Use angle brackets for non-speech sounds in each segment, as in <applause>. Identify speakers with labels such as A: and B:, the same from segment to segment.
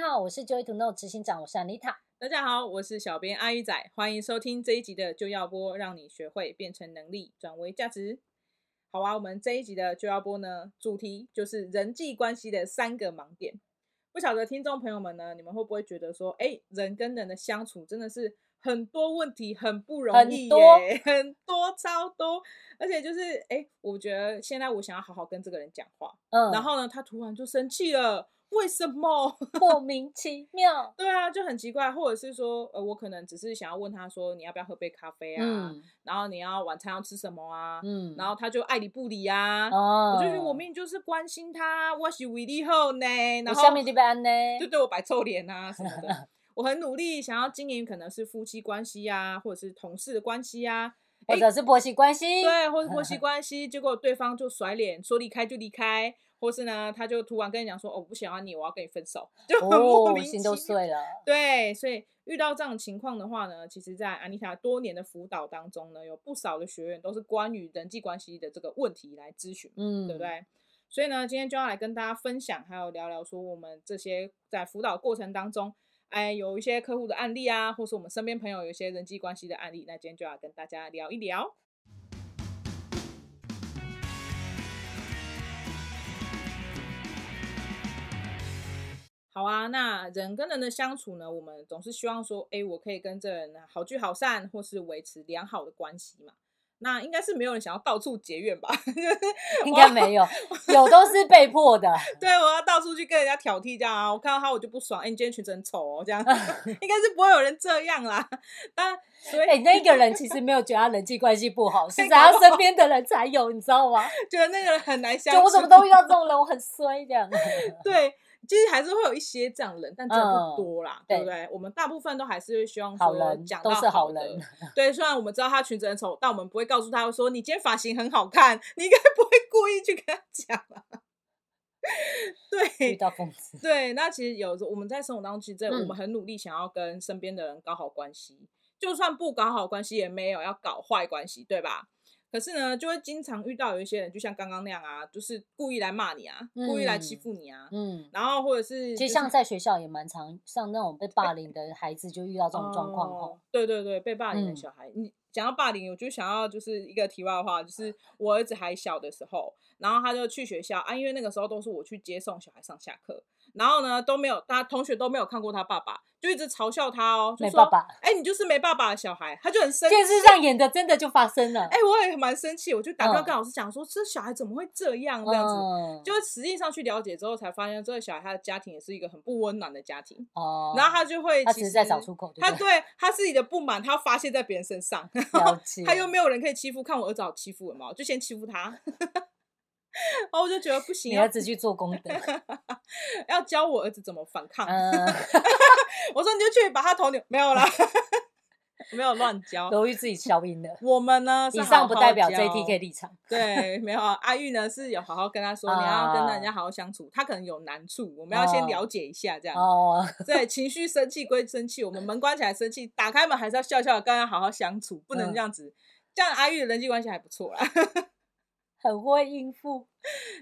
A: 好，我是 Joy to Know 执行长，我是 Anita。
B: 大家好，我是小编阿鱼仔，欢迎收听这一集的就要播，让你学会变成能力，转为价值。好啊，我们这一集的就要播呢，主题就是人际关系的三个盲点。不晓得听众朋友们呢，你们会不会觉得说，哎，人跟人的相处真的是很多问题，很不容
A: 很
B: 易
A: 多
B: 耶， <laughs> 很多超多，而且就是，哎，我觉得现在我想要好好跟这个人讲话，
A: 嗯，
B: 然后呢，他突然就生气了，为什么？
A: 莫名其
B: <laughs>
A: 妙，
B: 对啊，就很奇怪，或者是说，呃，我可能只是想要问他说，你要不要喝杯咖啡啊？
A: 嗯
B: 然后你要晚餐要吃什么啊？
A: 嗯，
B: 然后他就爱理不理啊。
A: 哦，
B: 我就觉得我明明就是关心他，我是为你好呢，然
A: 我
B: 后
A: 下面这边呢，
B: <laughs> 就对我摆臭脸啊什么
A: <laughs>
B: 的。我很努力想要经营，可能是夫妻关系啊，或者是同事的关系啊，
A: 或者是婆媳关系，
B: 对，啊或是婆媳
A: <laughs>
B: 关系，结果对方就甩脸，说离开就离开，或是呢，他就突然跟你讲说，哦，我不喜欢你，我要跟你分手，就很 <laughs> 莫
A: 哦，
B: 名其
A: 心都
B: 妙。
A: 碎了，
B: 对，所以遇到这种情况的话呢，其实，在安妮塔多年的辅导当中呢，有不少的学员都是关于人际关系的这个问题来咨询，
A: 嗯，
B: 对不？对？所以呢，今天就要来跟大家分享，还有聊聊说我们这些在辅导过程当中，哎，有一些客户的案例啊，或是我们身边朋友有一些人际关系的案例，那今天就要跟大家聊一聊。好啊，那人跟人的相处呢，我们总是希望说，哎，我可以跟这人好聚好散，或是维持良好的关系嘛。那应该是没有人想要到处结怨吧？ <laughs>
A: 应该没有，有都是被迫
B: <laughs>
A: 的，
B: 对，我要到处去跟人家挑剔这样啊，我看到他我就不爽，哎、你今天裙子很丑哦，
A: <laughs>
B: 这样应该是不会有人这样啦。但所以
A: 哎，那个人其实没有觉得他人际关系不
B: <laughs>
A: 好，是在他身边的人才有，你知道吗？
B: 觉得那个人很难相
A: 就
B: 处，
A: 我怎么都遇到这种人，我很衰这
B: <laughs>
A: 样。
B: 对，其实还是会有一些这样人，但真的
A: 嗯
B: 不多啦，
A: 对
B: 对不对？我们大部分都还是希望
A: 好
B: 说
A: 人
B: 讲
A: 都
B: 到
A: 是好
B: 好的
A: 人
B: 对，虽然我们知道他裙子很丑，但我们不会告诉他说你今天发型很好看，你应该不会故意去跟他讲啊。 <laughs> 对
A: 遇，到疯子，
B: 对，那其实有时候我们在生活当中，其实真的我
A: 嗯
B: 们很努力想要跟身边的人搞好关系，就算不搞好关系，也没有要搞坏关系，对吧？可是呢，就会经常遇到有一些人，就像刚刚那样啊，就是故意来骂你啊，故意来欺
A: 嗯
B: 负你啊， <laughs>
A: 嗯。
B: 然后或者是
A: 其实
B: 就是
A: 像在学校也蛮常，像那种被霸凌的孩子就遇到这种状况哦
B: 哦。对对对，被霸凌的
A: 嗯
B: 小孩，你讲到霸凌，我就想要就是一个题外话，就是我儿子还小的时候，然后他就去学校啊，因为那个时候都是我去接送小孩上下课，然后呢都没有，他同学都没有看过他爸爸，就一直嘲笑他哦，就
A: 没
B: 说
A: 爸爸，
B: 哎、你就是没爸爸的小孩，他就很生气。
A: 电视上演的真的就发生了，
B: 哎、我也蛮生气，我就打电话
A: 嗯
B: 跟老师讲说，这小孩怎么会这样这样子？
A: 嗯，
B: 就实际上去了解之后，才发现这个小孩他的家庭也是一个很不温暖的家庭。
A: 哦，
B: 然后他就会，
A: 他
B: 其
A: 只
B: 实
A: 是在找出口，
B: 他
A: 对
B: 对他自己的不满，他发泄在别人身上，然
A: <laughs> 了
B: 后
A: 解
B: <laughs> 他又没有人可以欺负，看我儿子好欺负了嘛，我就先欺负他。 <laughs> 然后我就觉得不行，
A: 你
B: 要
A: 儿子去做功
B: <laughs>
A: 德，
B: 要教我儿子怎么反抗。
A: 嗯，
B: 我说你就去把他头扭，没有啦， <laughs> 没有乱教。
A: 由于自己消音了。
B: 我们呢， <laughs> 是
A: 以
B: 好
A: 上不
B: 好
A: 代表
B: 教
A: JTK 立场，
B: <laughs> 对，没有啊阿玉呢是有好好跟他说，你要跟
A: 啊
B: 人家好好相处，他可能有难处，我们要先
A: 哦
B: 了解一下这样。
A: 哦， <laughs>
B: 对，情绪生气归生气，我们门关起来生气，打开门还是要笑笑地跟他好好相处，不
A: 嗯
B: 能这样子。这样阿玉的人际关系还不错啦。 <laughs>
A: 很会应付，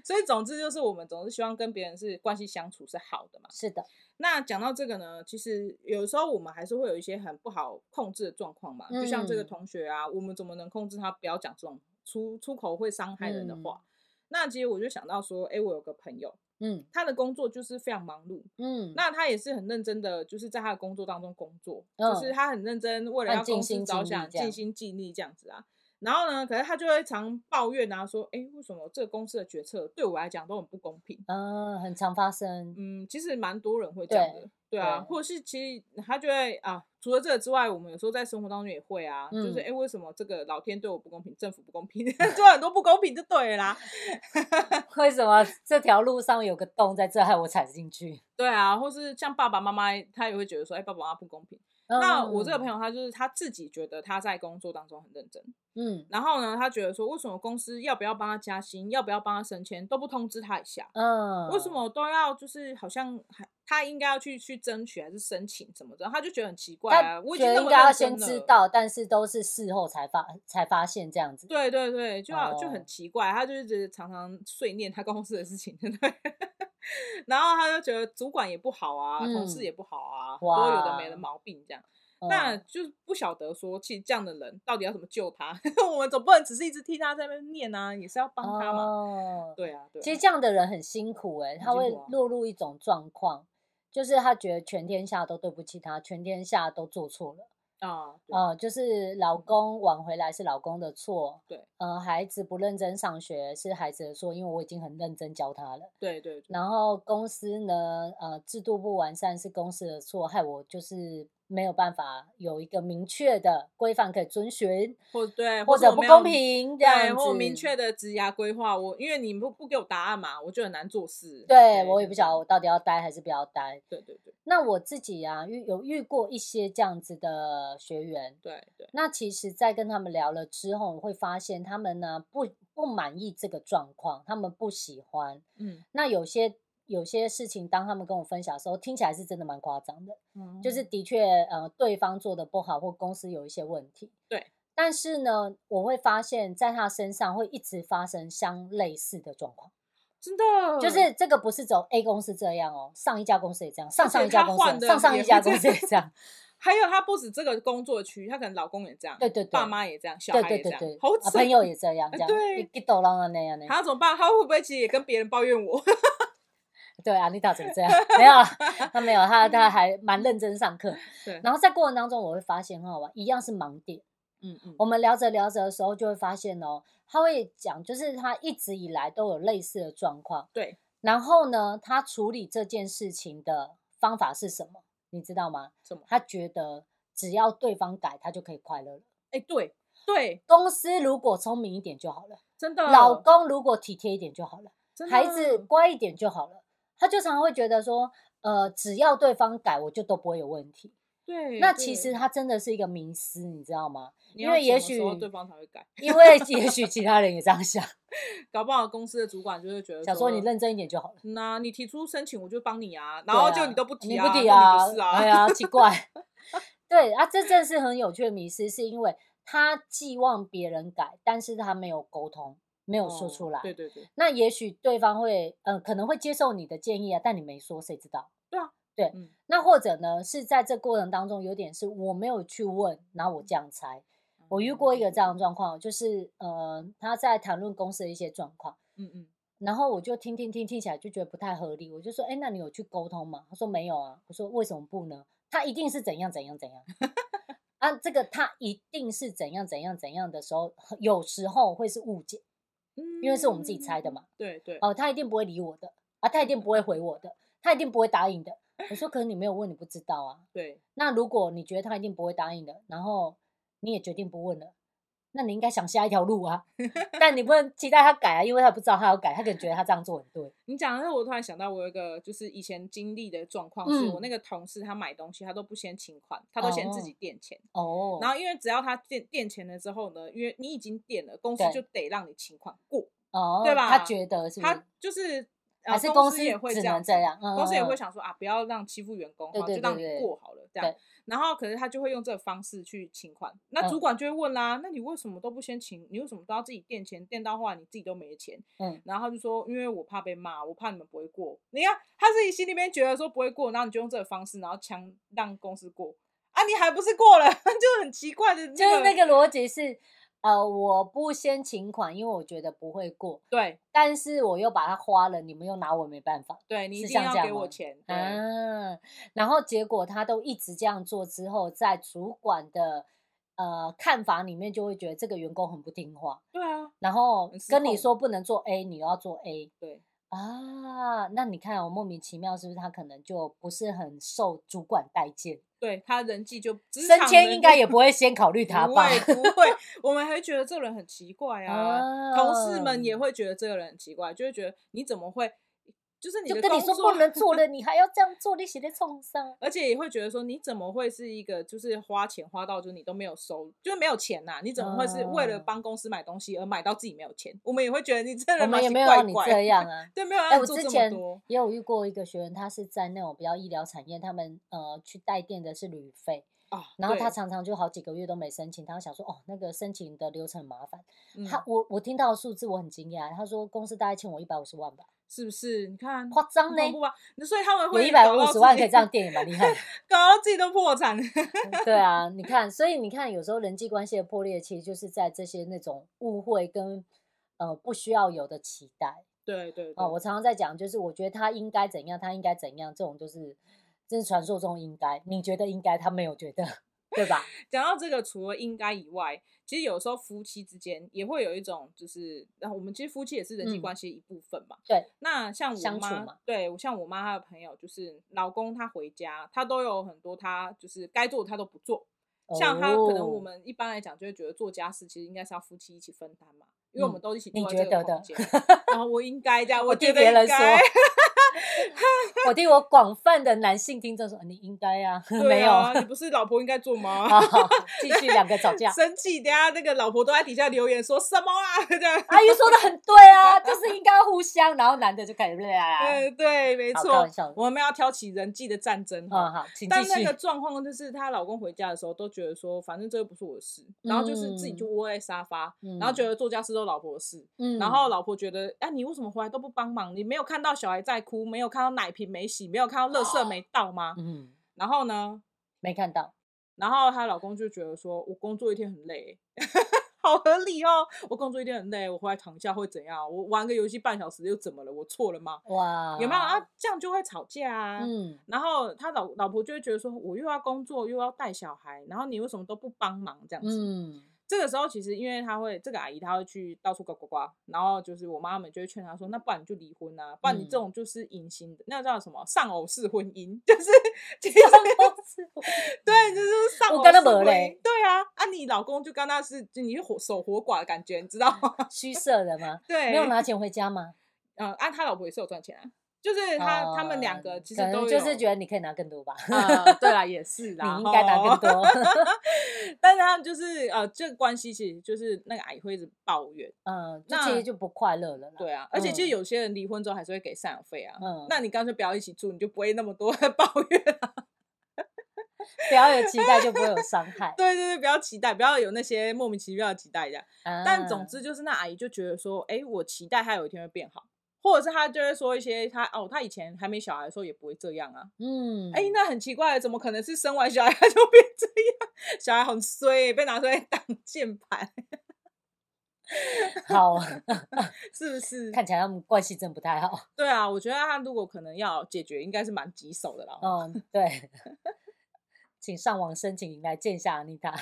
B: 所以总之就是我们总是希望跟别人是关系相处是好的嘛。
A: 是的，
B: 那讲到这个呢，其实有时候我们还是会有一些很不好控制的状况嘛，就像这个
A: 嗯
B: 同学啊，我们怎么能控制他不要讲这种出出口会伤害人的
A: 嗯
B: 话？那其实我就想到说，哎、我有个朋友，
A: 嗯
B: 他的工作就是非常忙碌，
A: 嗯，
B: 那他也是很认真的，就是在他的工作当中工作，
A: 嗯
B: 就是他很认真，为了
A: 很
B: 要
A: 尽
B: 公司
A: 心
B: 着
A: 尽力
B: 想，
A: 这样
B: 尽心尽力这样子啊。然后呢，可是他就会常抱怨啊，说，哎，为什么这个公司的决策对我来讲都很不公平？
A: 嗯很常发生，
B: 嗯，其实蛮多人会这样的，对啊，
A: 对
B: 或者是其实他就会啊，除了这个之外，我们有时候在生活当中也会啊，就是
A: 嗯
B: 哎，为什么这个老天对我不公平，政府不公平， <laughs> 做很多不公平就对了啦。
A: <laughs> 为什么这条路上有个洞在这，害我踩进去？
B: 对啊，或是像爸爸妈妈，他也会觉得说，哎，爸爸妈妈不公平。
A: 嗯
B: 那我这个朋
A: 友，
B: 友，他就是他自己觉得他在工作当中很认真，
A: 嗯
B: 然后呢，他觉得说，为什么公司要不要帮他加薪，要不要帮他升迁，都不通知他一下？
A: 嗯，
B: 为什么都要就是好像还他应该要去去争取还是申请什么的？他就觉得很奇怪啊，
A: 他
B: 我已
A: 觉得
B: 经那
A: 应
B: 么
A: 该要
B: 认
A: 先
B: 真
A: 知
B: 了。
A: 道，但是都是事后才发才发现这样子。
B: 对对对，就好
A: 哦
B: 就 <laughs> 很奇怪，他就是常常碎念他公司的事情，对不对？然后他就觉得主管也不好啊，
A: 嗯
B: 同事也不好啊，
A: 哇
B: 多有的没的毛病这样。那
A: 嗯
B: 就是不晓得说，其实这样的人到底要怎么救他？ <laughs> 我们总不能只是一直替他在那边念啊，也是要帮他嘛。
A: 哦
B: 对啊，对啊
A: 其实这样的人很辛苦哎、他
B: 辛
A: 会
B: 苦啊
A: 落入一种状况，就是他觉得全天下都对不起他，全天下都做错了。
B: 啊，对嗯
A: 呃，就是老公晚回来是老公的错，
B: 对，
A: 呃，孩子不认真上学是孩子的错，因为我已经很认真教他了。
B: 对对对，
A: 然后公司呢，呃，制度不完善是公司的错，害我就是没有办法有一个明确的规范可以遵循，
B: 或对，
A: 或
B: 是我
A: 者不
B: 没有
A: 公平这
B: 对，
A: 样
B: 或
A: 子。
B: 我明确的职涯规划，我因为你不不给我答案嘛，我就很难做事。
A: 对我也不晓得
B: 想。
A: 我到底要待还是不要待。
B: 对对对
A: 那我自己啊，遇有遇过一些这样子的学员，
B: 对对，
A: 那其实，在跟他们聊了之后，我会发现他们呢不不满意这个状况，他们不喜欢。
B: 嗯，
A: 那有些有些事情，当他们跟我分享的时候，听起来是真的蛮夸张的。
B: 哦
A: 就是
B: 嗯
A: 的确，呃，对方做的不好，或公司有一些问题。
B: 对。
A: 但是呢，我会发现，在他身上会一直发生相类似的状况，
B: 真的，
A: 就是这个不是只有 A 公司这样哦，上一家公司也这样，上
B: 而
A: 上
B: 且
A: 一家
B: 他
A: 公
B: 换
A: 司
B: 的
A: 也、上上
B: 也
A: 一
B: 会
A: 家
B: 这
A: 公司也
B: 样
A: 这
B: <laughs>
A: 样，
B: 还有他不止这个工作区域，他可能老公也这样，
A: 对对对
B: 爸妈也这样，小
A: 对
B: 孩
A: 对
B: 也这
A: 对
B: 样
A: 对，，
B: 好
A: 啊
B: 扯。
A: 朋友也这样，这样
B: 对
A: 一一抖浪啊那样那样，
B: 他怎么办？他会不会其实也跟别人抱怨我？ <laughs>
A: 对啊，丽塔怎么这样？没有啊，他没有，他他
B: <laughs>
A: 还蛮认真上课。
B: 对
A: 然后在过程当中，我会发现很好玩，一样是盲点。
B: 嗯嗯
A: 我们聊着聊着的时候，就会发现哦，他会讲，就是他一直以来都有类似的状况。
B: 对。
A: 然后呢，他处理这件事情的方法是什么？你知道吗？
B: 什么
A: 他觉得只要对方改，他就可以快乐了。
B: 哎、对对，
A: 公司如果聪明一点就好了，
B: 真的，
A: 老公如果体贴一点就好了，
B: 嗯真的啊
A: 孩子乖一点就好了。他就常常会觉得说，呃，只要对方改，我就都不会有问题。
B: 对，
A: 那
B: 嗯对
A: 其实他真的是一个迷思，你知道吗？
B: 你
A: 因
B: 要
A: 为也
B: 什么时候
A: 许
B: 对方才会改，
A: 因为也许其他人也这样
B: <laughs>
A: 想，
B: 搞不好公司的主管就会觉得
A: 想说你认真一点就好了。
B: 那你提出申请，我就帮你啊，
A: 对
B: 然后
A: 啊
B: 就你都不提
A: 你
B: 啊，
A: 不提
B: 那
A: 啊
B: 你不是，
A: 哎
B: 啊，
A: 呀，奇
B: <laughs>
A: 怪。对啊，这真的是很有趣的迷思，是因为他寄望别人改，但是他没有沟通，没有说
B: 哦
A: 出来。
B: 对对对，
A: 那也许对方会，嗯、可能会接受你的建议啊，但你没说，谁知道？
B: 对啊，
A: 对。
B: 嗯
A: 那或者呢，是在这过程当中，有点是我没有去问，然后我这样猜。我遇过一个这样的状况，就是呃，他在谈论公司的一些状况，
B: 嗯嗯，
A: 然后我就听听听听起来就觉得不太合理，我就说，哎，那你有去沟通吗？他说没有啊。我说为什么不呢？他一定是怎样怎样怎样啊，这个他一定是怎样怎样怎样的时候，有时候会是误解，
B: 嗯
A: 因为是我们自己猜的嘛。
B: 对对，
A: 哦，他一定不会理我的啊，他一定不会回我的，他一定不会答应的。我说，可是你没有问，你不知道啊。
B: 对，
A: 那如果你觉得他一定不会答应的，然后你也决定不问了，那你应该想下一条路啊。 <laughs> 但你不能期待他改啊，因为他不知道他要改，他可能觉得他这样做很对。
B: 你讲的时候，我突然想到，我有一个就是以前经历的状况，是
A: 嗯
B: 我那个同事他买东西，他都不先请款，他都先自己垫钱。
A: 哦，
B: 然后因为只要他垫垫钱了之后呢，因为你已经垫了，公司
A: 对
B: 就得让你请款过。
A: 哦，
B: 对
A: 他
B: 吧
A: 觉得是不
B: 他
A: 是？
B: 就是呃
A: 还是
B: 公
A: 司
B: 也会
A: 只
B: 这样
A: 能
B: 子
A: 这，样，嗯
B: 公司也
A: 嗯
B: 会。
A: 嗯
B: 想说啊，不要让欺负员工，
A: 对
B: 好
A: 对
B: 就让
A: 对
B: 你
A: 对
B: 过好了这样
A: 对。
B: 然后可是他就会用这个方式去请款，那主
A: 嗯
B: 管就会问啦，那你为什么都不先请？你为什么都要自己垫钱？垫到后来你自己都没钱。
A: 嗯，
B: 然后他就说，因为我怕被骂，我怕你们不会过。你看他自己心里面觉得说不会过，然后你就用这个方式，然后强让公司过啊，你还不是过了， <laughs> 就很奇怪的、
A: 就是那
B: 个
A: 个逻辑是，呃，我不先请款，因为我觉得不会过，
B: 对
A: 但是我又把它花了，你们又拿我没办法。
B: 对，你一
A: 是
B: 定
A: 像
B: 要
A: 这样
B: 给我
A: 吗
B: 钱，对、
A: 啊，然后结果他都一直这样做之后，在主管的呃看法里面，就会觉得这个员工很不听话，
B: 对啊，
A: 然后
B: 很失
A: 跟你
B: 控
A: 说不能做 A，你又要做 A
B: 对
A: 啊，那你看我、莫名其妙是不是他可能就不是很受主管待见，
B: 对，他人际就职
A: 升
B: 场
A: 迁
B: 人
A: 应该
B: 际
A: 也不会先考虑他
B: 不
A: 吧？
B: 会不
A: <laughs>
B: 会，我们还觉得这个人很奇怪
A: 哦
B: 啊，同事们也
A: 啊
B: 会觉得这个人很奇怪，就会觉得你怎么会，就是你
A: 就
B: 的
A: 跟你
B: 工
A: 说
B: 作
A: 不能
B: <laughs>
A: 做了，你还要这样做，你写在冲上。
B: 而且也会觉得说，你怎么会是一个就是花钱花到就是你都没有收，就是没有钱呐、你怎么会是为了
A: 哦
B: 帮公司买东西而买到自己没有钱？我们也会觉得你这
A: 我
B: 人
A: 们
B: 蛮
A: 也
B: 奇
A: 没有
B: 怪
A: 让你
B: 怪
A: 这样啊，
B: <laughs> 对，没有
A: 哎、
B: 让你
A: 我
B: 做
A: 之
B: 这么
A: 前
B: 多。
A: 也有遇过一个学员，他是在那种比较医疗产业，他们呃去带电的是旅费，
B: 啊，
A: 然后他
B: 对
A: 常常就好几个月都没申请，他想说哦那个申请的流程很麻烦。
B: 嗯
A: 他我我听到的数字我很惊讶，他说公司大概欠我一百五十万吧，
B: 是不是？你看
A: 夸张欸
B: 很
A: 呢
B: 恐怖吧？所以他们
A: 有
B: 会
A: 一百
B: 搞
A: 五
B: 到
A: 十万
B: 自
A: 可以
B: 己
A: 这样，垫也蛮厉害的。
B: <laughs> 搞到自己都破产。 <laughs>
A: 对啊，你看，所以你看，有时候人际关系的破裂，其实就是在这些那种误会跟呃不需要有的期待
B: 对对对，
A: 啊、我常常在讲，就是我觉得他应该怎样，他应该怎样，这种就是这是传说中应该，你觉得应该，他没有觉得， <laughs> 对吧？
B: 讲到这个，除了应该以外，其实有时候夫妻之间也会有一种，就是，然后我们其实夫妻也是人际
A: 嗯
B: 关系一部分嘛。
A: 对。
B: 那像我
A: 相处
B: 妈
A: 嘛，
B: 对，像我妈她的朋友，就是老公他回家，他都有很多他就是该做的他都不做。像他可能我
A: 哦
B: 们一般来讲就会觉得做家事其实应该是要夫妻一起分担嘛，因为我们
A: 嗯
B: 都一起
A: 你
B: 住在
A: 觉
B: 这个
A: 得的
B: 空间。然后我应
A: <laughs>
B: 该这样，
A: 我
B: 觉
A: 听
B: 得
A: 别
B: 应
A: 人说
B: 该。，
A: <laughs> 我听我广泛的男性听众说，你应该啊， <laughs>
B: <laughs>
A: 没
B: 对
A: 有，
B: 啊，你不是老婆应该做
A: <laughs>
B: 吗？。
A: 好，继续两个吵架
B: 生气，等下那个老婆都在底下留言说什么啊？ <laughs> 这样，
A: 阿姨说的很对啊，就是应该互相，然后男的就开始啦，
B: 对呃对，没
A: 好
B: 错
A: 搞笑，
B: 我们要挑起人际的战争
A: 啊
B: 哈。
A: 好，请继
B: 但那
A: 续
B: 个。状况就是，她老公回家的时候都觉得说，反正这又不是我的事，然后就是自己就窝在沙发，
A: 嗯
B: 然后觉得做家事都老婆的事，
A: 嗯
B: 然后老婆觉得，哎、你为什么回来都不帮忙？你没有看到小孩在哭，没有看到奶瓶没洗，没有看到垃圾没倒吗？
A: 哦嗯，
B: 然后呢，
A: 没看到，
B: 然后她老公就觉得说，我工作一天很累、 <laughs> 好合理哦，我工作一天很累，我回来躺一下会怎样？我玩个游戏半小时又怎么了？我错了吗？
A: 哇，
B: 有没有啊？？这样就会吵架啊。
A: 嗯，
B: 然后他老老婆就会觉得说，我又要工作又要带小孩，然后你为什么都不帮忙这样子？ <laughs>
A: 嗯，
B: 这个时候其实因为他会这个阿姨她会去到处呱呱呱，然后就是我妈妈就会劝她说，那不然你就离婚啊，不然你这
A: 嗯
B: 种就是隐形的，那叫什么丧偶式婚姻， <laughs> 就是其实
A: 哦
B: 对，就是丧
A: 我
B: 偶
A: 跟
B: 式
A: 他
B: 婚
A: 没
B: 姻
A: 嘞，
B: 对啊，啊你老公就跟他是就你是活守活寡的感觉，你知道吗？ <laughs>
A: 虚设的吗？
B: 对，
A: 没有拿钱回家吗？
B: 嗯，啊他老婆也是有赚钱啊，就是他、他们两个
A: 哦
B: 其实
A: 可能
B: 都
A: 就是
B: 有
A: 觉得你可以拿更多吧，
B: 啊，对啦，也是啦，
A: <laughs>
B: 哦
A: 你应该拿更
B: 吼
A: 多。
B: 但是他们就是呃，这个关系其实就是那个阿姨会一直抱怨，
A: <laughs>
B: <laughs>
A: 嗯，就
B: 那
A: 其实就不快乐了啦。
B: 对啊，而且其实
A: 嗯
B: 有些人离婚之后还是会给赡养费啊，
A: 嗯
B: 那你干脆不要一起住，你就不会那么多 <laughs> 的抱怨啊。
A: 不要有期待，就不会有伤害
B: <laughs> 。对对对，不要期待，不要有那些莫名其妙的期待这样。但
A: 啊
B: 总之就是那阿姨就觉得说，哎，我期待她有一天会变好。或者是她就会说一些她哦，她以前还没小孩的时候也不会这样啊，
A: 嗯，
B: 哎、那很奇怪，怎么可能是生完小孩 <laughs> 她就变这样？小孩很衰，被拿出来当 <laughs> 键盘，
A: 好， <laughs>
B: 是不是？
A: 看起来他们关系真不太好。
B: 对啊，我觉得他如果可能要解决，应该是蛮棘手的啦。
A: 嗯，
B: <laughs>
A: 对，请上网申请来见一下 Anita。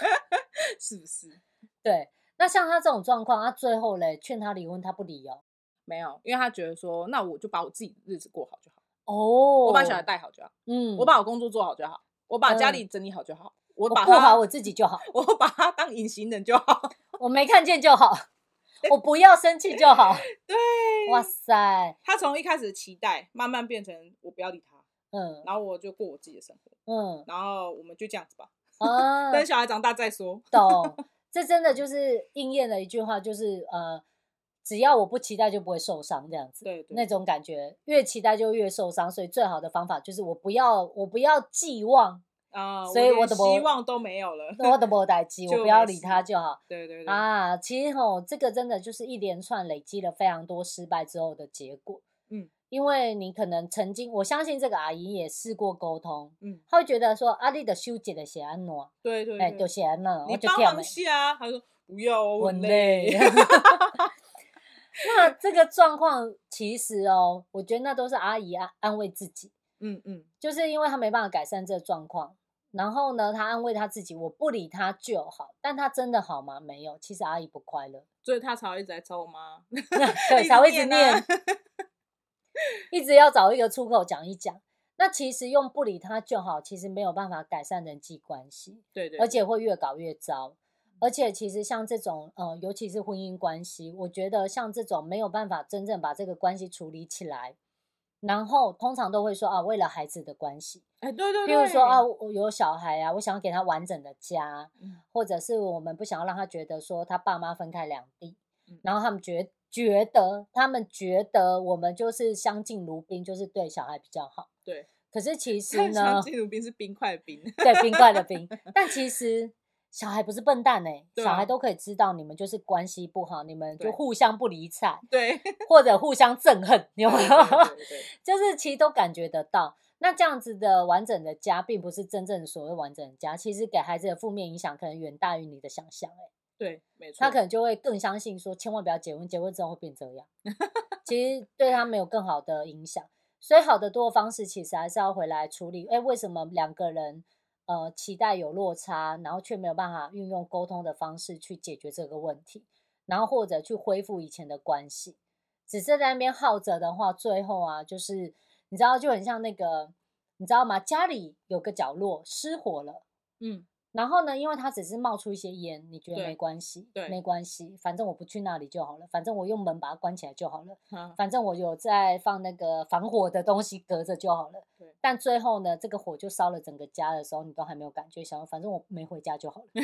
B: 是不是？
A: <laughs> 对，那像他这种状况，他最后嘞劝他离婚，他不离哦。
B: 没有，因为他觉得说，那我就把我自己的日子过好就好，
A: 哦，
B: 我把小孩，带好就好，
A: 嗯，
B: 我把我工作做好就好，我把家
A: 嗯
B: 里整理好就好，我
A: 我
B: 把
A: 过
B: 他
A: 好我自己就好，
B: 我把他当隐形人就好。
A: 我没看见就好，我不要生气就好。
B: <laughs> 对，
A: 哇塞，
B: 他从一开始的期待，慢慢变成我不要理他，
A: 嗯
B: 然后我就过我自己的生活， <laughs>
A: 嗯
B: 然后我们就这样子吧，
A: 啊，
B: 等小孩长大再说。
A: 懂，这真的就是应验了一句话，就是呃，只要我不期待就不会受伤，这样子。
B: 对对
A: 那种感觉，越期待就越受伤，所以最好的方法就是我不要，我不要寄望，
B: 啊、
A: 所以
B: 我
A: 我的
B: 的希
A: 不
B: 望都没有了。
A: 我的
B: <laughs>
A: 莫代机，我
B: 就
A: 不要理
B: 没事
A: 他就好
B: 对对对，
A: 啊。其实吼，这个真的就是一连串累积了非常多失败之后的结果。
B: 嗯，
A: 因为你可能曾经，我相信这个阿姨也试过沟通，
B: 嗯，
A: 她会觉得说阿丽的修结的是安诺，
B: 对对
A: 哎，
B: 对
A: 就是安诺，
B: 你
A: 我就
B: 帮
A: 跳
B: 忙下啊，他说不要哦，我
A: 我
B: 很
A: 很
B: 累。 <laughs>
A: 累。 <laughs> 那这个状况其实哦，我觉得那都是阿姨安安慰自己，
B: 嗯嗯，
A: 就是因为她没办法改善这个状况，然后呢，她安慰她自己，我不理她就好。但她真的好吗？没有，其实阿姨不快
B: <laughs>
A: 乐， <laughs>
B: 所以他才会一直在找我妈。一
A: 对，
B: 直
A: 才会一直
B: 念啊
A: 念，
B: <laughs>
A: 一直要找一个出口讲一讲。那其实用不理她就好，其实没有办法改善人际关系。
B: 对对，嗯
A: 而且会越搞越糟。而且其实像这种，呃，尤其是婚姻关系，我觉得像这种没有办法真正把这个关系处理起来，然后通常都会说啊，为了孩子的关系，
B: 哎，对对
A: 比
B: 对，
A: 如说啊，我有小孩啊，我想要给他完整的家
B: 嗯，
A: 或者是我们不想要让他觉得说他爸妈分开两地
B: 嗯，
A: 然后他们觉觉得他们觉得我们就是相敬如宾，就是对小孩比较好。
B: 对，
A: 可是其实
B: 看
A: 呢
B: 像，纪录片是冰块的冰，
A: 对，冰块的冰。但其实小孩不是笨蛋哎、
B: 对
A: 小
B: 啊
A: 孩都可以知道你们就是关系不好，你们
B: 对
A: 就互相不理睬，
B: 对，
A: 或者互相憎恨，有没有？ <laughs>
B: 对对对
A: 就是其实都感觉得到。那这样子的完整的家，并不是真正所谓完整的家，其实给孩子的负面影响可能远大于你的想象、欸。
B: 对，没错。
A: 他可能就会更相信说，千万不要结婚，结婚之后会变这样。 <laughs> 其实对他没有更好的影响，所以好的多的方式其实还是要回来处理。哎、为什么两个人呃期待有落差，然后却没有办法运用沟通的方式去解决这个问题，然后或者去恢复以前的关系，只是在那边耗着的话，最后啊，就是你知道就很像那个，你知道吗？家里有个角落失火了。
B: 嗯，
A: 然后呢，因为它只是冒出一些烟，你觉得
B: 对
A: 没关系，
B: 对
A: 没关系，反正我不去那里就好了，反正我用门把它关起来就好了，
B: 好，
A: 反正我有在放那个防火的东西隔着就好了
B: 对。
A: 但最后呢，这个火就烧了整个家的时候，你都还没有感觉，想说反正我没回家就
B: <laughs>
A: 好了，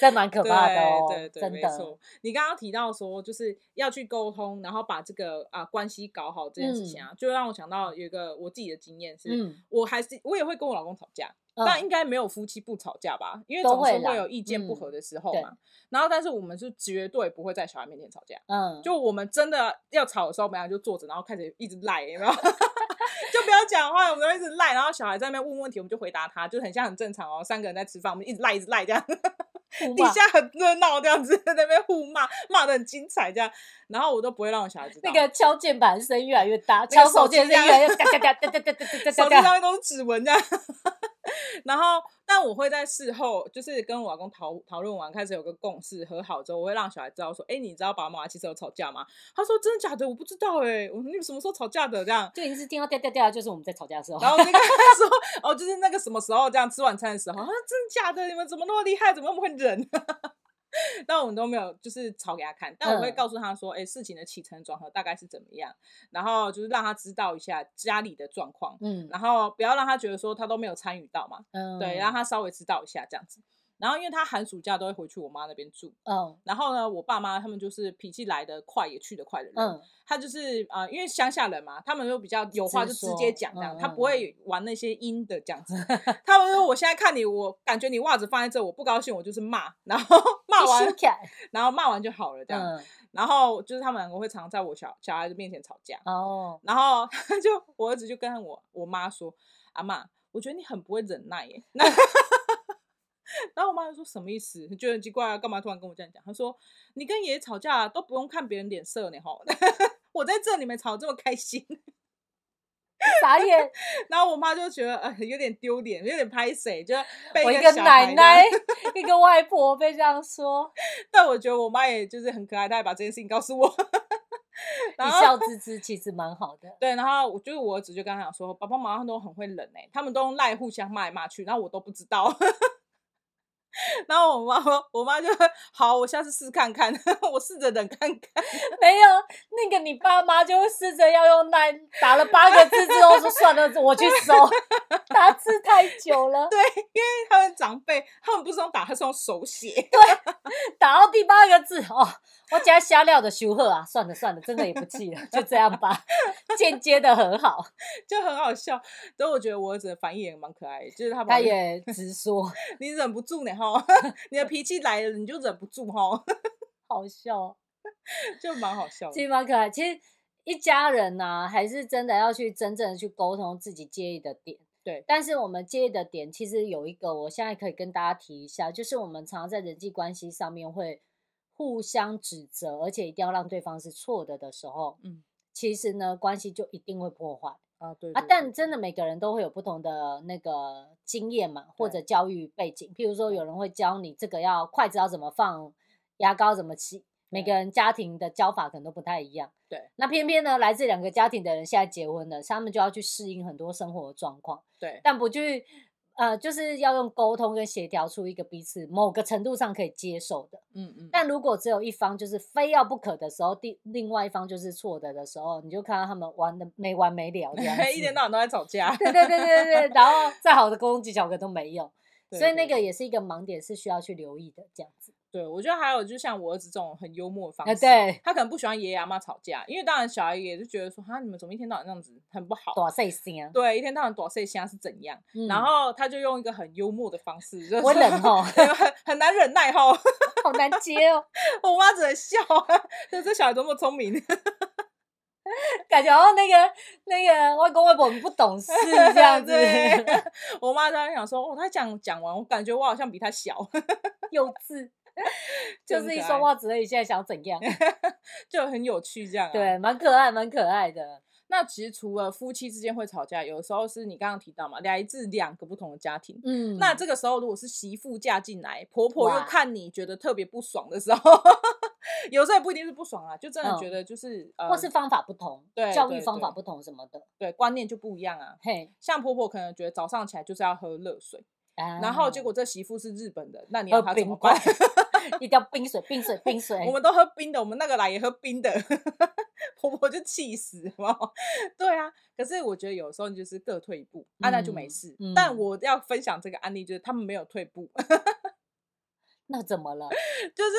A: 这蛮可怕的哦，
B: 对对对，
A: 真
B: 没
A: 的
B: 错。你刚刚提到说，就是要去沟通，然后把这个啊、关系搞好这件事情啊，就让我想到有一个我自己的经验是，
A: 嗯，
B: 我还是我也会跟我老公吵架，
A: 嗯
B: 但应该没有夫妻不吵架吧，因为
A: 都
B: 总是
A: 会啦
B: 会有意见不
A: 嗯
B: 合的时候
A: 对
B: 嘛。然后，但是我们是绝对不会在小孩面前吵架。
A: 嗯，
B: 就我们真的要吵的时候，我们俩就坐着，然后开始一直赖，有没 <laughs> 有？就不要讲话，我们就一直赖，然后小孩在那边问问题，我们就回答他，就很像很正常哦。三个人在吃饭，我们一直赖，一直赖这样，
A: 互
B: 底
A: 骂
B: 下很热闹这样子， <laughs> 在那边互骂，骂的很精彩这样。然后我都不会让我小孩知道，
A: 那个敲键盘声越来越大，
B: 那个
A: 敲
B: 手
A: 手
B: 机
A: 键声
B: 这样
A: 越来越哒哒哒哒哒哒哒
B: 手
A: 哒
B: 机
A: 哒
B: 上面都是指纹这样。 <laughs> 然后，但我会在事后，就是跟我老公讨讨论完，开始有个共识，和好之后，我会让小孩知道说：“哎、你知道爸爸妈妈其实有吵架吗？”他说：“真的假的？我不知道哎、我说你们什么时候吵架的？”这样，
A: 就你是听到哒哒哒，就是我们在吵架的时候，
B: 然后我就跟他说，哦，就是那个什么时候这样吃晚餐的时候，啊，真的假的？你们怎么那么厉害？怎么那么会忍？啊 <laughs> 但我们都没有就是吵给他看，但我会
A: 嗯
B: 告诉他说，哎、事情的起承转合大概是怎么样，然后就是让他知道一下家里的状况，
A: 嗯
B: 然后不要让他觉得说他都没有参与到嘛，
A: 嗯，
B: 对，让他稍微知道一下这样子。然后因为他寒暑假都会回去我妈那边住，
A: 嗯
B: 然后呢，我爸妈他们就是脾气来得快也去得快的人，
A: 嗯
B: 他就是啊、呃因为乡下人嘛，他们就比较有话就直接讲这样，
A: 直说
B: 他不会玩那些阴的这样子。他们说我现在看你，我感觉你袜子放在这，我不高兴，我就是骂，然后骂
A: 一
B: 完
A: 心，感
B: 然后骂完就好了这样。
A: 嗯
B: 然后就是他们两个会常在我小小孩子面前吵架， <laughs>
A: 哦，
B: 然后他就我儿子就跟我我妈说：“阿妈，我觉得你很不会忍耐耶。”那 <laughs> 然后我妈就说什么意思？你觉得很奇怪啊？干嘛突然跟我这样讲？她说：“你跟爷爷吵架、都不用看别人脸色呢，吼！ <laughs> 我在这里面吵得这么开心。”
A: 傻眼，
B: 然后我妈就觉得呃有点丢脸，有点拍谁，就 <laughs> 被
A: 我
B: 一
A: 一个
B: 小
A: 奶
B: 孩这样 <laughs>
A: 奶。，一个外婆被这样说， <laughs>
B: 但我觉得我妈也就是很可爱，她也把这件事情告诉我。 <laughs> 然
A: 一
B: 后
A: 笑置之，其实蛮好的。
B: 对，然后我就是我儿子就跟他讲说，爸爸妈妈都很会忍哎、他们都用赖互相骂来骂去，然后我都不知道。 <laughs> 然后我妈我妈就好，我下次试看看， <laughs> 我试着忍看看。
A: 没有那个，你爸妈就会试着要用那打了八个字之后说算了，我去收，打字太久了，
B: 对，因为他们长辈他们不是用打，他是用手写。
A: 打到第八个字哦，我加瞎料的修赫啊，算了算了，真的也不气了，就这样吧， <laughs> 间接的很
B: <laughs>
A: 好，
B: 就很好笑。所以我觉得我儿子的反应也蛮可爱的，就是他把
A: 他也直说， <laughs>
B: 你忍不住呢哈，你的脾气来了你就忍不住哈， <laughs>
A: 好笑哦。
B: 就蛮好笑
A: 其
B: 的。
A: 实蛮可爱。其实一家人呐、还是真的要去真正的去沟通自己介意的点。
B: 对
A: 但是我们介意的点其实有一个，我现在可以跟大家提一下，就是我们常常在人际关系上面会互相指责，而且一定要让对方是错的的时候，
B: 嗯，
A: 其实呢，关系就一定会破坏。
B: 啊对
A: 啊，但真的每个人都会有不同的那个经验嘛，或
B: 对
A: 者教育背景。譬如说，有人会教你这个要筷子要怎么放，牙膏怎么洗，每
B: 对
A: 个人家庭的教法可能都不太一样。
B: 对，
A: 那偏偏呢，来自两个家庭的人现在结婚了，他们就要去适应很多生活的状况，
B: 对
A: 但不去呃，就是要用沟通跟协调出一个彼此某个程度上可以接受的。
B: 嗯嗯，
A: 但如果只有一方就是非要不可的时候，第另外一方就是错的的时候，你就看到他们玩的没完没了这样
B: <laughs> 一
A: 子
B: 天到晚都在吵架。 <laughs>
A: 对对对对对，然 <laughs> 后再好的沟通技巧可能都没用，
B: 对
A: 所以那
B: 对
A: 个也是一个盲点，是需要去留意的。这样子，
B: 对，我觉得还有就像我儿子这种很幽默的方
A: 哎
B: 式，
A: 对
B: 他可能不喜欢爷爷阿妈吵架，因为当然小孩也是觉得说，哈，你们怎么一天到晚这样子，很不好。
A: 大细声，
B: 对，一天到晚躲睡虾是怎样？
A: 嗯
B: 然后他就用一个很幽默的方式，就是
A: 我忍哦吼
B: 对很 <laughs> 很难忍耐吼，
A: 好难接哦，
B: <laughs> 我妈只能笑啊， <laughs> 就这小孩多么聪明。
A: 感觉好像那个那个外公外婆很不懂事这样子，
B: <laughs> 对我妈当时想说，哦，他讲讲完，我感觉我好像比他小，
A: <laughs> 幼稚，就
B: 真
A: 是一
B: 可
A: 双
B: 爱
A: 袜子而已，现在想怎样？
B: 啊就很有趣这样、啊。
A: 对，，蛮可爱，蛮可爱的。
B: 那其实除了夫妻之间会吵架，有时候是你刚刚提到嘛，来自两个不同的家庭。
A: 嗯，
B: 那这个时候，如果是媳妇嫁进来，婆婆又
A: 哇
B: 看你觉得特别不爽的时候， <laughs> 有时候也不一定是不爽啊，就真的
A: 嗯
B: 觉得就是、呃，
A: 或是方法不同，
B: 对
A: 教
B: 对
A: 育方法
B: 对
A: 不同什么的，
B: 对观念就不一样啊。
A: 嘿。
B: 像婆婆可能觉得早上起来就是要喝热水，然
A: 然
B: 后结果这媳妇是日本的，那你
A: 啊
B: 要
A: 喝
B: 她怎
A: 冰
B: 么
A: 块
B: 办？，
A: <laughs> 一定要冰水，冰水，冰水。
B: <laughs> 我们都喝冰的，我们那个来也喝冰的， <laughs> 婆婆就气死了。 <laughs> 对啊，可是我觉得有时候你就是各退一步，啊，那就没
A: 嗯
B: 事。但
A: 嗯
B: 我要分享这个案例，就是他们没有退步，
A: 那怎么了？
B: 就是。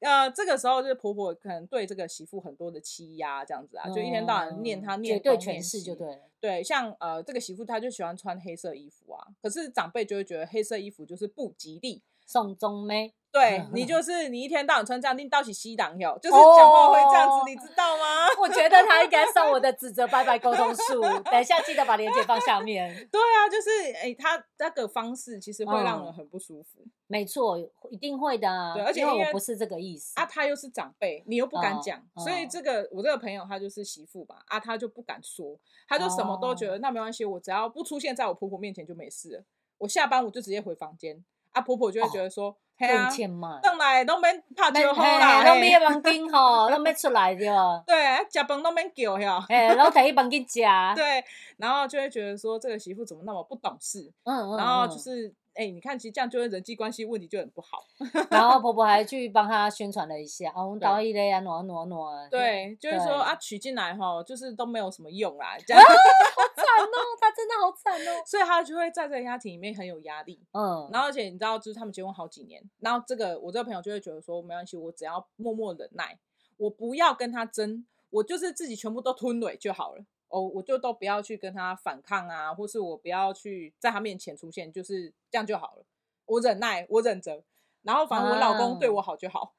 B: 呃，这个时候就是婆婆可能对这个媳妇很多的欺压，这样子啊， <laughs> 就一天到晚念她
A: 嗯
B: 念
A: 绝对
B: 东
A: 诠
B: 念
A: 释就
B: 西
A: 对了。
B: 对，像呃这个媳妇她就喜欢穿黑色衣服啊，可是长辈就会觉得黑色衣服就是不吉利，
A: 宋仲妹，
B: 对
A: <laughs>
B: 你就是你一天到晚穿这样，你到底西挡哟，就是讲话会这样子，
A: 哦
B: 你知道吗？ <laughs>
A: 我觉得他应该上我的指责拜拜沟通术。等一下记得把链接放下面。
B: 对啊，就是诶，他那个方式其实会让人
A: 嗯
B: 很不舒服、
A: 没错，一定会的啊。
B: 对而且
A: 因为
B: 因为
A: 我不是这个意思
B: 啊。他又是长辈，你又不敢
A: 嗯
B: 讲，所以
A: 嗯
B: 这个我这个朋友他就是媳妇吧，啊，他就不敢说，他就什么都
A: 哦
B: 觉得、那没关系，我只要不出现在我婆婆面前就没事了。我下班我就直接回房间，啊，婆婆就会觉得
A: 哦
B: 说，嘿啊
A: 更，欠骂。
B: 上来都免怕
A: 没
B: 酒喝啦，
A: 嘿，拢
B: 嘿？
A: 没房间吼，拢没出来对吧
B: 对，啊吃饭都免
A: <laughs>
B: 叫哟。
A: 嘿，然后第一房间食。嗯
B: 对，然后就会觉得说这个媳妇怎么那么不懂事，
A: 嗯。
B: 然后就
A: 嗯
B: 是， <laughs> 哎、你看，其实这样就会人际关系问题就很不好。
A: 然后婆婆还去帮她宣传了一下，哦，我们
B: 对
A: 导演嘞啊，暖暖暖，
B: 对，就是说
A: 对
B: 啊，娶进来哈，就是都没有什么用
A: <laughs>
B: 啦，这样，
A: 惨哦，她真的好惨哦。
B: 所以他就会在这个家庭里面很有压力。
A: 嗯，
B: <laughs> 然后，而且你知道，就是他们结婚好几年，然后这个我这个朋友就会觉得说，没关系，我只要默默忍耐，我不要跟他争，我就是自己全部都吞了就好了。哦，我就都不要去跟他反抗啊，或是我不要去在他面前出现，就是这样就好了。我忍耐，我忍着，然后反正我老公对
A: 啊
B: 我好就好。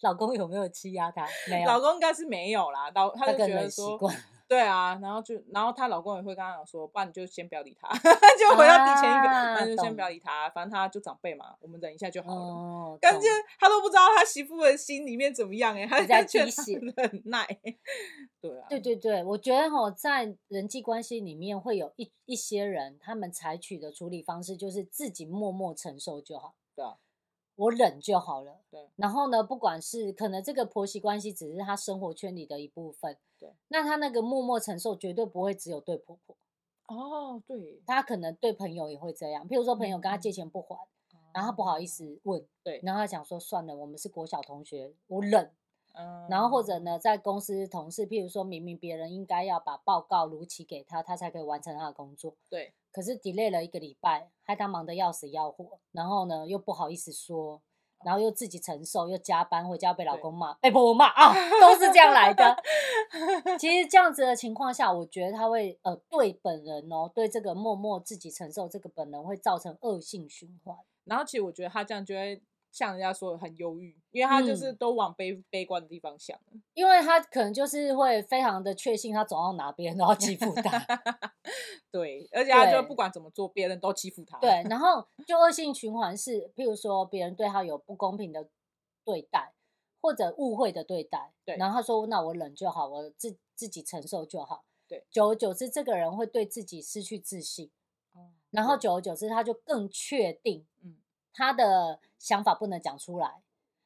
A: 老公有没有欺压她？没有，
B: 老公应该是没有啦，老他
A: 那
B: 就
A: 个
B: 觉得
A: 冷习
B: 说，
A: 惯，
B: 对啊，然后就，然后她老公也会跟她讲说，不然你就先不要理他， <laughs> 就回到底前一个，
A: 啊
B: 那、就先不要
A: 懂
B: 理他，反正他就长辈嘛，我们忍一下就好了。
A: 哦，
B: 感
A: 懂
B: 觉他都不知道他媳妇的心里面怎么样哎、欸，他
A: 一直在
B: 觉
A: 滴
B: 得
A: 血
B: 很耐， <laughs> 对啊，
A: 对对对，我觉得哈，在人际关系里面会有一一些人，他们采取的处理方式就是自己默默承受就好，
B: 对啊，
A: 我忍就好了。
B: 对，
A: 然后呢，不管是可能这个婆媳关系只是她生活圈里的一部分，
B: 对，
A: 那她那个默默承受绝对不会只有对婆婆，
B: 哦对，
A: 她可能对朋友也会这样。譬如说朋友跟她
B: 嗯
A: 借钱不还，然后她不好意，思问，
B: 对
A: 然后她想说算了，我们是国小同学，我忍，
B: 嗯，
A: 然后或者呢，在公司同事，譬如说明明别人应该要把报告如期给他，他才可以完成他的工作，
B: 对，
A: 可是 delay 了一个礼拜，害他忙得要死要活，然后呢又不好意思说，然后又自己承受，又加班，回家被老
B: 对
A: 公骂，被婆婆骂啊，都是这样来的。其实这样子的情况下，我觉得他会呃对本人哦，对这个默默自己承受这个本人会造成恶性循环。
B: 然后其实我觉得他这样就会像人家说的很忧郁，因为他就是
A: 嗯
B: 都往悲悲观的地方想了，
A: 因为他可能就是会非常的确信他走到哪边，然后欺负他，
B: 对，而且他就
A: 对
B: 不管怎么做，别人都欺负他，
A: 对，然后就恶性循环是，譬如说别人对他有不公平的对待，或者误会的对待，
B: 对
A: 然后他说那我忍就好，我自自己承受就好，
B: 对，
A: 久而久之，这个人会对自己失去自信，
B: 哦
A: 然后
B: 对
A: 久而久之，他就更确定，
B: 嗯
A: 他的想法不能讲出来，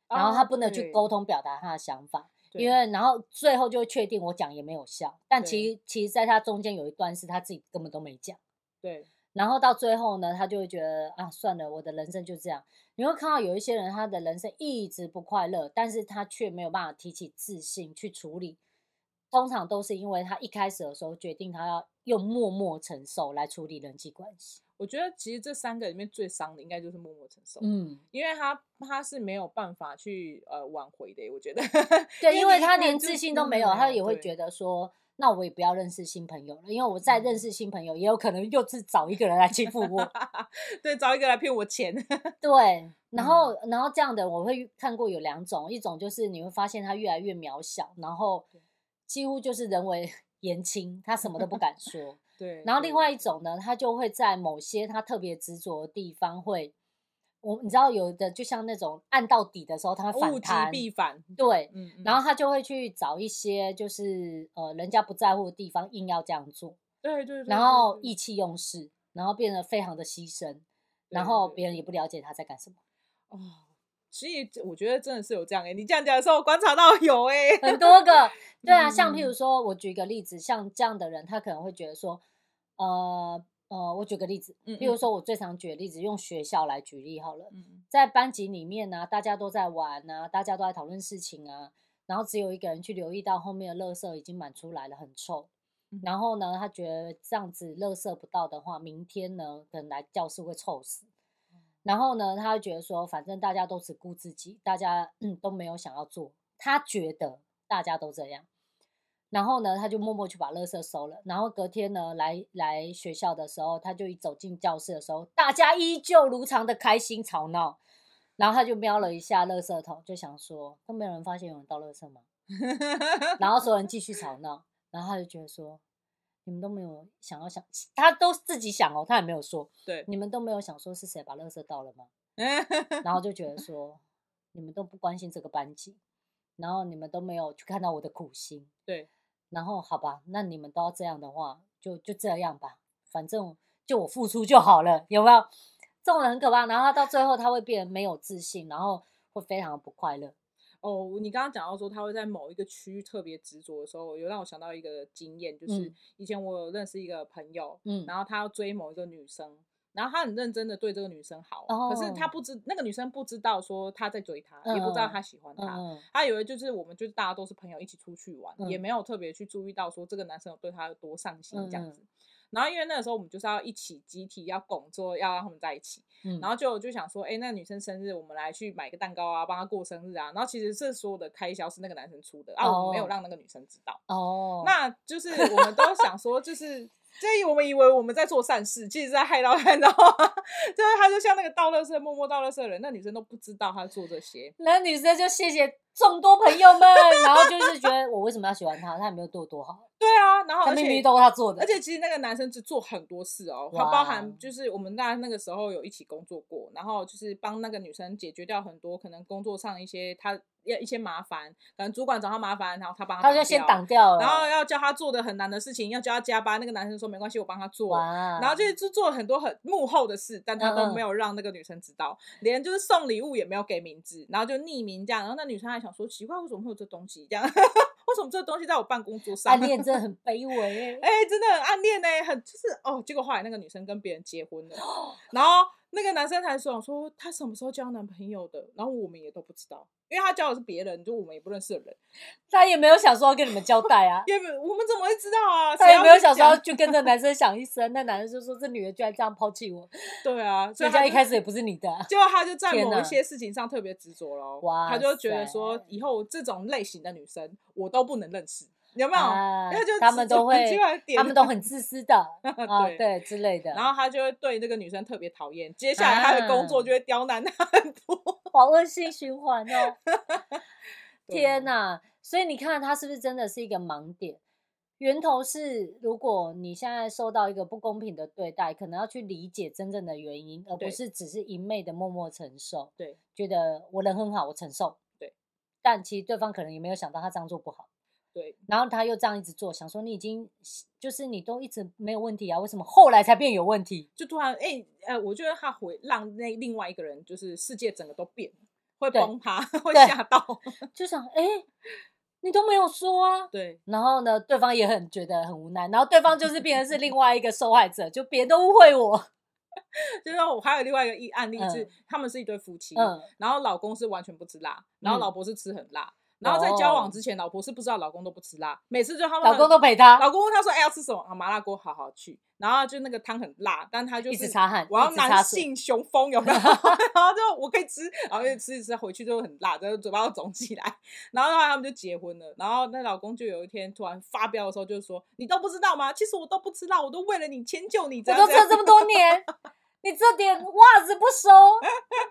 A: 然后
B: 哦
A: 他不能去
B: 对
A: 沟通表达他的想法。
B: 对
A: 因为，然后最后就会确定我讲也没有效，但
B: 对
A: 其实其实在他中间有一段是他自己根本都没讲。
B: 对，
A: 然后到最后呢，他就会觉得啊，算了，我的人生就这样。你会看到有一些人，他的人生一直不快乐，但是他却没有办法提起自信去处理。通常都是因为他一开始的时候决定他要用默默承受来处理人际关系。
B: 我觉得其实这三个里面最伤的应该就是默默承受，
A: 嗯，
B: 因为他他是没有办法去呃挽回的，我觉得。 <laughs>
A: 对，因为
B: 你一
A: 他
B: 看
A: 连
B: 就
A: 自
B: 是
A: 信
B: 真
A: 都
B: 的
A: 没有，他也会
B: 对
A: 觉得说，那我也不要认识新朋友了，因为我再认识新朋友，也有可能又是找一个人来欺负我。
B: 对，找一个来骗我钱。 <laughs>
A: 对，然后、
B: 嗯
A: 然后这样的我会看过有两种，一种就是你会发现他越来越渺小，然后
B: 对
A: 几乎就是人为 <laughs> 言轻，他什么都不敢说。
B: <laughs> 对，
A: 然后另
B: 对
A: 外一种呢，他就会在某些他特别执着的地方会。我你知道有的就像那种按到底的时候，他会
B: 物
A: 反
B: 极
A: 弹，
B: 必反，
A: 对，
B: 嗯，嗯
A: 然后他就会去找一些就是呃人家不在乎的地方，硬要这样做，
B: 对对对，
A: 然
B: 对
A: 后
B: 对
A: 意气用事，然后变得非常的牺牲，然
B: 对
A: 后
B: 对
A: 别人也不了解他在干什么。
B: 哦，所以这我觉得真的是有这样哎、你这样讲的时候，我观察到有哎、
A: 很多个，对啊，像譬
B: 嗯
A: 如说，我举一个例子，像这样的人，他可能会觉得说，呃呃，我举个例子，
B: 嗯
A: 譬如
B: 嗯
A: 说我最常举的例子，用学校来举例好了，
B: 嗯 <laughs>
A: 在班级里面呢、大家都在玩啊，大家都在讨论事情啊，然后只有一个人去留意到后面的垃圾已经满出来了，很臭
B: 嗯。
A: 然后呢，他觉得这样子垃圾不到的话，明天呢可能来教室会臭死。然后呢，他会觉得说，反正大家都只顾自己，大家嗯都没有想要做。他觉得大家都这样，然后呢，他就默默去把垃圾收了。然后隔天呢，来来学校的时候，他就一走进教室的时候，大家依旧如常的开心吵闹。然后他就瞄了一下垃圾桶，就想说，都没有人发现有人倒垃圾吗？然后所有人继续吵闹，然后他就觉得说，你们都没有想要想，他都自己想哦，他也没有说，
B: 对，
A: 你们都没有想说是谁把垃圾倒了吗？然后就觉得说，你们都不关心这个班级，然后你们都没有去看到我的苦心，
B: 对，
A: 然后好吧，那你们都要这样的话，就就这样吧，反正就我付出就好了，有没有？这种人很可怕，然后他到最后他会变得没有自信，然后会非常不快乐。
B: 哦，你刚刚讲到说他会在某一个区域特别执着的时候，有让我想到一个经验，就是
A: 嗯
B: 以前我有认识一个朋友，
A: 嗯，
B: 然后他要追某一个女生。然后他很认真的对这个女生好，啊可是他
A: 哦
B: 不知那个女生不知道说他在追他，也不知道
A: 嗯嗯
B: 他喜欢他，
A: 嗯
B: 他以为就是我们就是大家都是朋友一起出去玩，
A: 嗯
B: 也没有特别去注意到说这个男生有对他有多上心这样
A: 嗯嗯
B: 子。然后因为那个时候我们就是要一起集体要拱说要让他们在一起，
A: 嗯，
B: 然后就就想说，哎、那女生生日我们来去买个蛋糕啊，帮她过生日啊。然后其实这所有的开销是那个男生出的啊，我们没有
A: 哦
B: 让那个女生知道。
A: 哦，
B: 那就是我们都想说，就是。所以我们以为我们在做善事，其实在害到害到， <laughs> 就是他就像那个倒垃圾、默默倒垃圾的人，那女生都不知道他做这些。
A: 那女生就谢谢众多朋友们，然后就是觉得我为什么要喜欢他，他也没有对我多好，
B: 对啊，然后
A: 他
B: <laughs> 而
A: 明
B: 且
A: 明都是他做的，
B: 而且其实那个男生只做很多事哦，他包含
A: 哇
B: 就是我们大家那个时候有一起工作过，然后就是帮那个女生解决掉很多可能工作上一些他要一些麻烦，可能主管找他麻烦，然后他帮
A: 他
B: 就
A: 就先挡，掉了，
B: 然后要叫他做的很难的事情，要叫他加班，那个男生说没关系，我帮他做。
A: 哇，
B: 然后就是就做了很多很幕后的事，但他
A: 嗯
B: 都
A: 嗯
B: 没有让那个女生知道，连就是送礼物也没有给名字，然后就匿名这样。然后那女生还想说，奇怪，为什么会有这东西？这样， <laughs> 为什么这东西在我办公桌上？
A: 暗啊恋真的很卑微欸，
B: <laughs> 哎、真的很暗恋呢、很就是哦。结果后来那个女生跟别人结婚了，
A: 哦
B: 然后那个男生才说说他什么时候交男朋友的，然后我们也都不知道，因为他交的是别人，就我们也不认识的人，。
A: 他也没有想说要跟你们交代啊
B: 因为我们怎么会知道啊？
A: 他
B: 谁
A: 也
B: 要
A: 没有
B: 去
A: 想说
B: 讲
A: 要去跟这男生想一生，那男生就说这女的居然这样抛弃我，
B: 对啊，所以
A: 人
B: 他
A: 家
B: 就
A: 一开始也不是你的啊、
B: 结果他就在
A: 天
B: 某一
A: 哪
B: 些事情上特别执着喽，
A: 哇
B: 他就觉得说
A: 塞
B: 以后这种类型的女生我都不能认识，有没有？
A: 啊
B: 他就
A: 他们
B: 执着
A: 都会
B: 很奇怪的点
A: 他们都很自私的啊，
B: <laughs> 对
A: 对之类的，
B: 然后他就会对这个女生特别讨厌，接下来他的工作
A: 啊
B: 就会刁难他
A: <laughs>
B: 很多。
A: 好恶性循环哦，
B: 对哦啊
A: 天哪！所以你看他是不是真的是一个盲点？源头是，如果你现在受到一个不公平的对待，可能要去理解真正的原因，而
B: 对
A: 不是只是一昧的默默承受。
B: 对，
A: 觉得我人很好，我承受。
B: 对，
A: 但其实对方可能也没有想到他这样做不好，
B: 对，
A: 然后他又这样一直做，想说你已经就是你都一直没有问题啊，为什么后来才变有问题？ <laughs>
B: 就突然哎、呃，我觉得他回让那另外一个人就是世界整个都变了，会
A: 对
B: 崩塌， <laughs> 会
A: 对
B: 吓到，
A: 就想哎、诶你都没有说啊。
B: 对
A: 然后呢，对方也很觉得很无奈，然后对方就是变成是另外一个受害者，就别人都误会我。
B: 就是我还有另外一个一案例是，
A: 嗯
B: 他们是一对夫妻，
A: 嗯，
B: 然后老公是完全不吃辣，然后
A: 嗯
B: 老婆是吃很辣。然后在交往
A: 哦
B: 之前，老婆是不知道老公都不吃辣，每次就他们
A: 老公
B: 很
A: 都陪他，
B: 老公问他说：“哎、要吃什么？”啊，麻辣锅，好好去。然后就那个汤很辣，但他就
A: 一
B: 是
A: 直擦汗
B: 我要
A: 一直擦
B: 男
A: 水
B: 性雄风有没有？ <laughs> 然后就我可以吃，然后就吃一吃，回去就很辣，然后嘴巴要肿起来。然后后来他们就结婚了。然后那老公就有一天突然发飙的时候，就说：“你都不知道吗？其实我都不知道，我都为了你迁就你，
A: 我
B: 怎样
A: 都
B: 怎
A: 这
B: 样。
A: 这么多年， <laughs> 你这点袜子不收，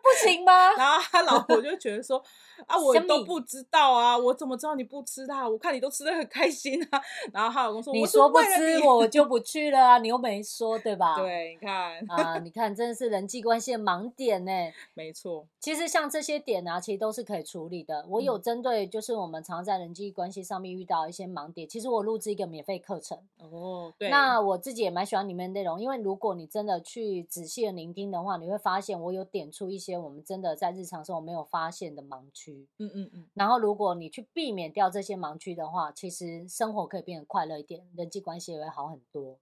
A: 不行吗？
B: <laughs> 然后他老婆就觉得说：“啊，我
A: 什么
B: 都不知道啊，我怎么知道你不吃辣？我看你都吃的很开心啊。”然后她老公说：“
A: 你
B: 我是
A: 说不
B: 为了
A: 吃
B: 你
A: 我，我就不去了啊！你又没说，对吧？。
B: 对，你看，
A: 啊，你看，真的是人际关系的盲点呢。
B: 没错，
A: 其实像这些点啊，其实都是可以处理的。我有
B: 嗯
A: 针对，就是我们常在人际关系上面遇到一些盲点，其实我录制一个免费课程。
B: 哦，对，
A: 那我自己也蛮喜欢里面的内容，因为如果你真的去仔细的聆听的话，你会发现我有点出一些我们真的在日常生活没有发现的盲区。
B: 嗯嗯嗯，
A: 然后，如果你去避免掉这些盲区的话，其实生活可以变得快乐一点，人际关系也会好很多。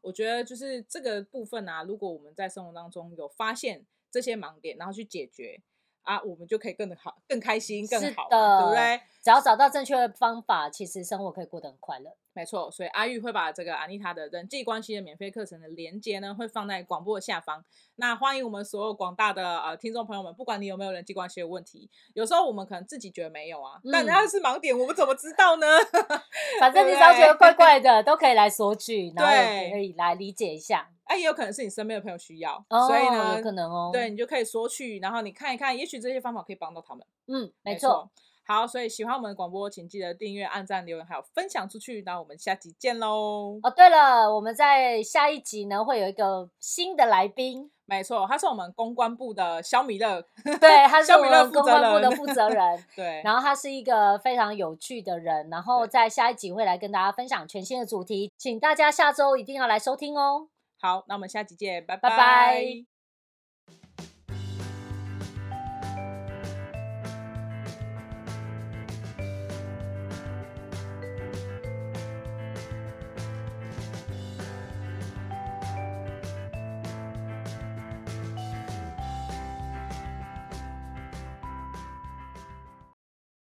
B: 我觉得就是这个部分啊，如果我们在生活当中有发现这些盲点，然后去解决啊，我们就可以更好、更开心、更
A: 是
B: 好嘛，
A: 的，
B: 对不对？？
A: 只要找到正确的方法，其实生活可以过得很快乐。
B: 没错，所以阿玉会把这个安妮塔的人际关系的免费课程的连接呢，会放在广播的下方。那欢迎我们所有广大的呃听众朋友们，不管你有没有人际关系的问题，有时候我们可能自己觉得没有啊，但
A: 嗯
B: 人家是盲点，我们怎么知道呢？ <laughs>
A: 反正你
B: 对
A: 只
B: 不
A: 要觉得
B: 对
A: 怪怪的，都可以来索取，然后
B: 对
A: 也可以来理解一下。
B: 哎，也有可能是你身边的朋友需要，
A: 哦，
B: 所以呢，
A: 有可能哦。
B: 对，你就可以索取，然后你看一看，也许这些方法可以帮到他们。
A: 嗯，没错
B: 错。。好，所以喜欢我们的广播，请记得订阅、按赞、留言，还有分享出去。那我们下集见喽！
A: 哦，对了，我们在下一集呢会有一个新的来宾，
B: 没错，他是我们公关部的肖米勒， <laughs>
A: 对，他是
B: 肖
A: 我
B: 米勒
A: 们
B: 负
A: 公
B: 责
A: 关部
B: 人，
A: 的负责人。
B: <laughs> 对，
A: 然后他是一个非常有趣的人，然后
B: 对
A: 在下一集会来跟大家分享全新的主题，请大家下周一定要来收听哦。
B: 好，那我们下集见，
A: 拜
B: 拜
A: 拜